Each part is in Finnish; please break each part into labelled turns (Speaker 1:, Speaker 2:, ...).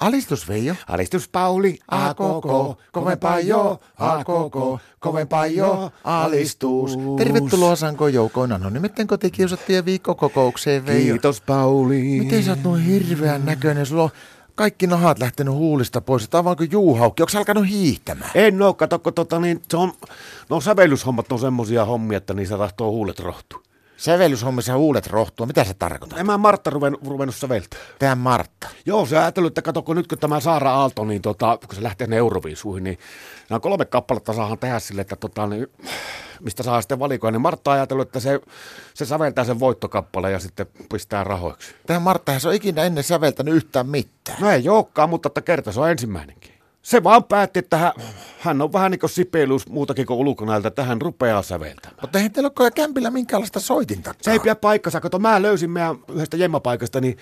Speaker 1: Alistus Veijo.
Speaker 2: Alistus Pauli, a koko, kovempaa jo, a koko, kovempaa jo, alistus.
Speaker 1: Tervetuloa Sanko Joukoon Anonymitten kotikiusattujen viikkokokoukseen Veijo.
Speaker 2: Kiitos Pauli.
Speaker 1: Miten sä oot noin hirveän näköinen? Sulla on kaikki nahat lähtenyt huulista pois. Tää on vaan kuin juuhaukki. Onko alkanut hiihtämään?
Speaker 2: En oo, kato, kun tota, niin, se on, no sävellyshommat on semmosia hommia, että niissä tahtoo huulet rohtua.
Speaker 1: Sävellyshommissa huulet rohtua. Mitä se tarkoittaa?
Speaker 2: En mä Martta ruven, ruvennut säveltää.
Speaker 1: Tää Martta.
Speaker 2: Joo, se ajatellut, että kato, kun nyt kun tämä Saara Aalto, niin tota, kun se lähtee ne Euroviisuihin, niin nämä kolme kappaletta saahan tehdä sille, että tota, niin, mistä saa sitten valikoida. Niin Martta on ajatellut, että se, se säveltää sen voittokappaleen ja sitten pistää rahoiksi.
Speaker 1: Tää Martta, se on ikinä ennen säveltänyt yhtään mitään.
Speaker 2: No ei olekaan, mutta että kerta se on ensimmäinenkin. Se vaan päätti, että hän, hän on vähän niin kuin sipeilus muutakin kuin ulkonäöltä, että hän rupeaa säveltämään.
Speaker 1: Mutta eihän teillä ole kämpillä minkäänlaista soitinta.
Speaker 2: Se ei pidä paikkansa. Kato, mä löysin meidän yhdestä jemmapaikasta, niin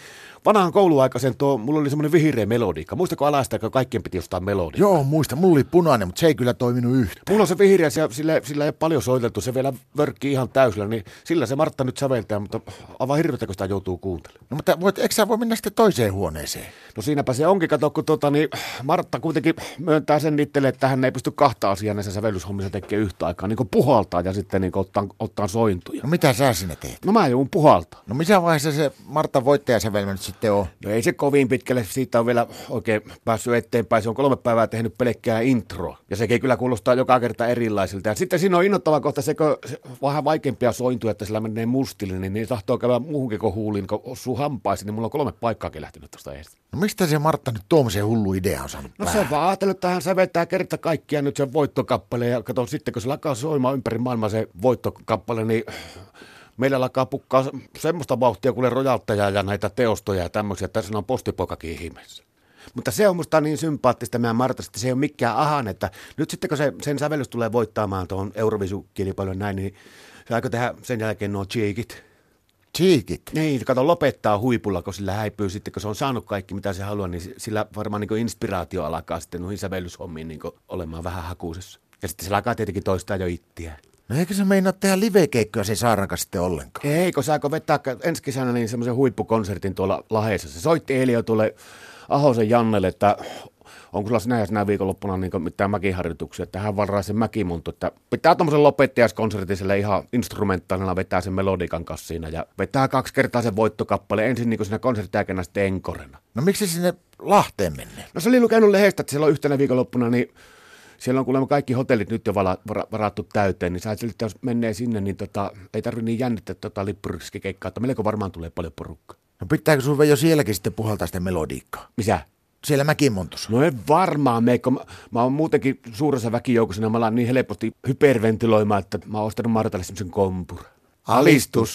Speaker 2: vanhan kouluaikaisen tuo, mulla oli semmoinen vihreä melodiikka. Muistako alasta, kun kaikkien piti ostaa melodia?
Speaker 1: Joo, muista. Mulla oli punainen, mutta se ei kyllä toiminut yhtään.
Speaker 2: Mulla on se vihreä, se, sillä, sillä ei ole paljon soiteltu, se vielä vörkki ihan täysillä, niin sillä se Martta nyt säveltää, mutta aivan hirveätä, kun sitä joutuu kuuntelemaan.
Speaker 1: No, mutta voit, eikö sä voi mennä sitten toiseen huoneeseen?
Speaker 2: No siinäpä se onkin, kato, kun tota, niin Martta kuitenkin myöntää sen itselle, että hän ei pysty kahta asiaa näissä sävellyshommissa tekee yhtä aikaa, niin kuin puhaltaa ja sitten niin kuin ottaa, ottaa sointuja.
Speaker 1: No mitä sä sinne teet?
Speaker 2: No mä joudun puhaltaa.
Speaker 1: No missä vaiheessa se Martta voittajasävelmä nyt sitten on?
Speaker 2: No ei se kovin pitkälle, siitä on vielä oikein päässyt eteenpäin. Se on kolme päivää tehnyt pelkkää intro. Ja sekin kyllä kuulostaa joka kerta erilaisilta. Ja sitten siinä on innoittava kohta se, kun se- vähän vaikeampia sointuja, että sillä menee mustille, niin niin tahtoo käydä muuhunkin kuin huuliin, kun osuu hampaisiin, niin mulla on kolme paikkaakin lähtenyt tuosta edestä.
Speaker 1: No mistä se Martta nyt tuommoisen hullu idea on saanut
Speaker 2: No
Speaker 1: päähän?
Speaker 2: se on vaan ajatellut, että hän säveltää kerta kaikkiaan nyt sen voittokappaleen ja kato sitten, kun se lakaa soimaan ympäri maailmaa se voittokappale, niin meillä alkaa pukkaa se- semmoista vauhtia kuin rojaltteja ja näitä teostoja ja tämmöisiä, että siinä on postipoikakin ihmeessä. Mutta se on musta niin sympaattista meidän Martasta, että se ei ole mikään ahan, että nyt sitten kun se, sen sävellys tulee voittamaan tuon Eurovisu-kilpailun näin, niin se aikoo tehdä sen jälkeen nuo cheekit.
Speaker 1: Cheekit.
Speaker 2: Niin, kato, lopettaa huipulla, kun sillä häipyy sitten, kun se on saanut kaikki, mitä se haluaa, niin si- sillä varmaan niin inspiraatio alkaa sitten noihin sävellyshommiin niin olemaan vähän hakuisessa. Ja sitten se alkaa tietenkin toistaa jo ittiä.
Speaker 1: No eikö se meinaa tehdä livekeikkoja se Saaran kanssa sitten ollenkaan?
Speaker 2: Ei, kun saako vetää ka- ensi kesänä niin semmoisen huippukonsertin tuolla Laheessa. Se soitti eilen jo tuolle Ahosen Jannelle, että onko sulla sinä ja sinä viikonloppuna niin mitään mäkiharjoituksia, että hän varaa sen mäkimuntu, että pitää tuommoisen lopettajaiskonsertin sille ihan instrumentaalina vetää sen melodiikan kanssa siinä ja vetää kaksi kertaa sen voittokappale ensin niin kuin siinä konserttiaikana sitten enkorena.
Speaker 1: No miksi sinne Lahteen menne?
Speaker 2: No se oli lukenut lehdestä, että siellä on yhtenä viikonloppuna, niin siellä on kuulemma kaikki hotellit nyt jo vala, vara, varattu täyteen, niin sä ajattelit, että jos menee sinne, niin tota, ei tarvitse niin jännittää tota lippuriskikeikkaa, että melko varmaan tulee paljon porukkaa.
Speaker 1: No pitääkö sun jo sielläkin sitten puhaltaa sitä melodiikkaa?
Speaker 2: Mitä?
Speaker 1: Siellä mäkin montus.
Speaker 2: No en varmaan mene, kun mä, mä oon muutenkin suuressa väkijoukossa, niin mä alan niin helposti hyperventiloimaan, että mä oon ostanut Martalle semmoisen kompura.
Speaker 1: Alistus.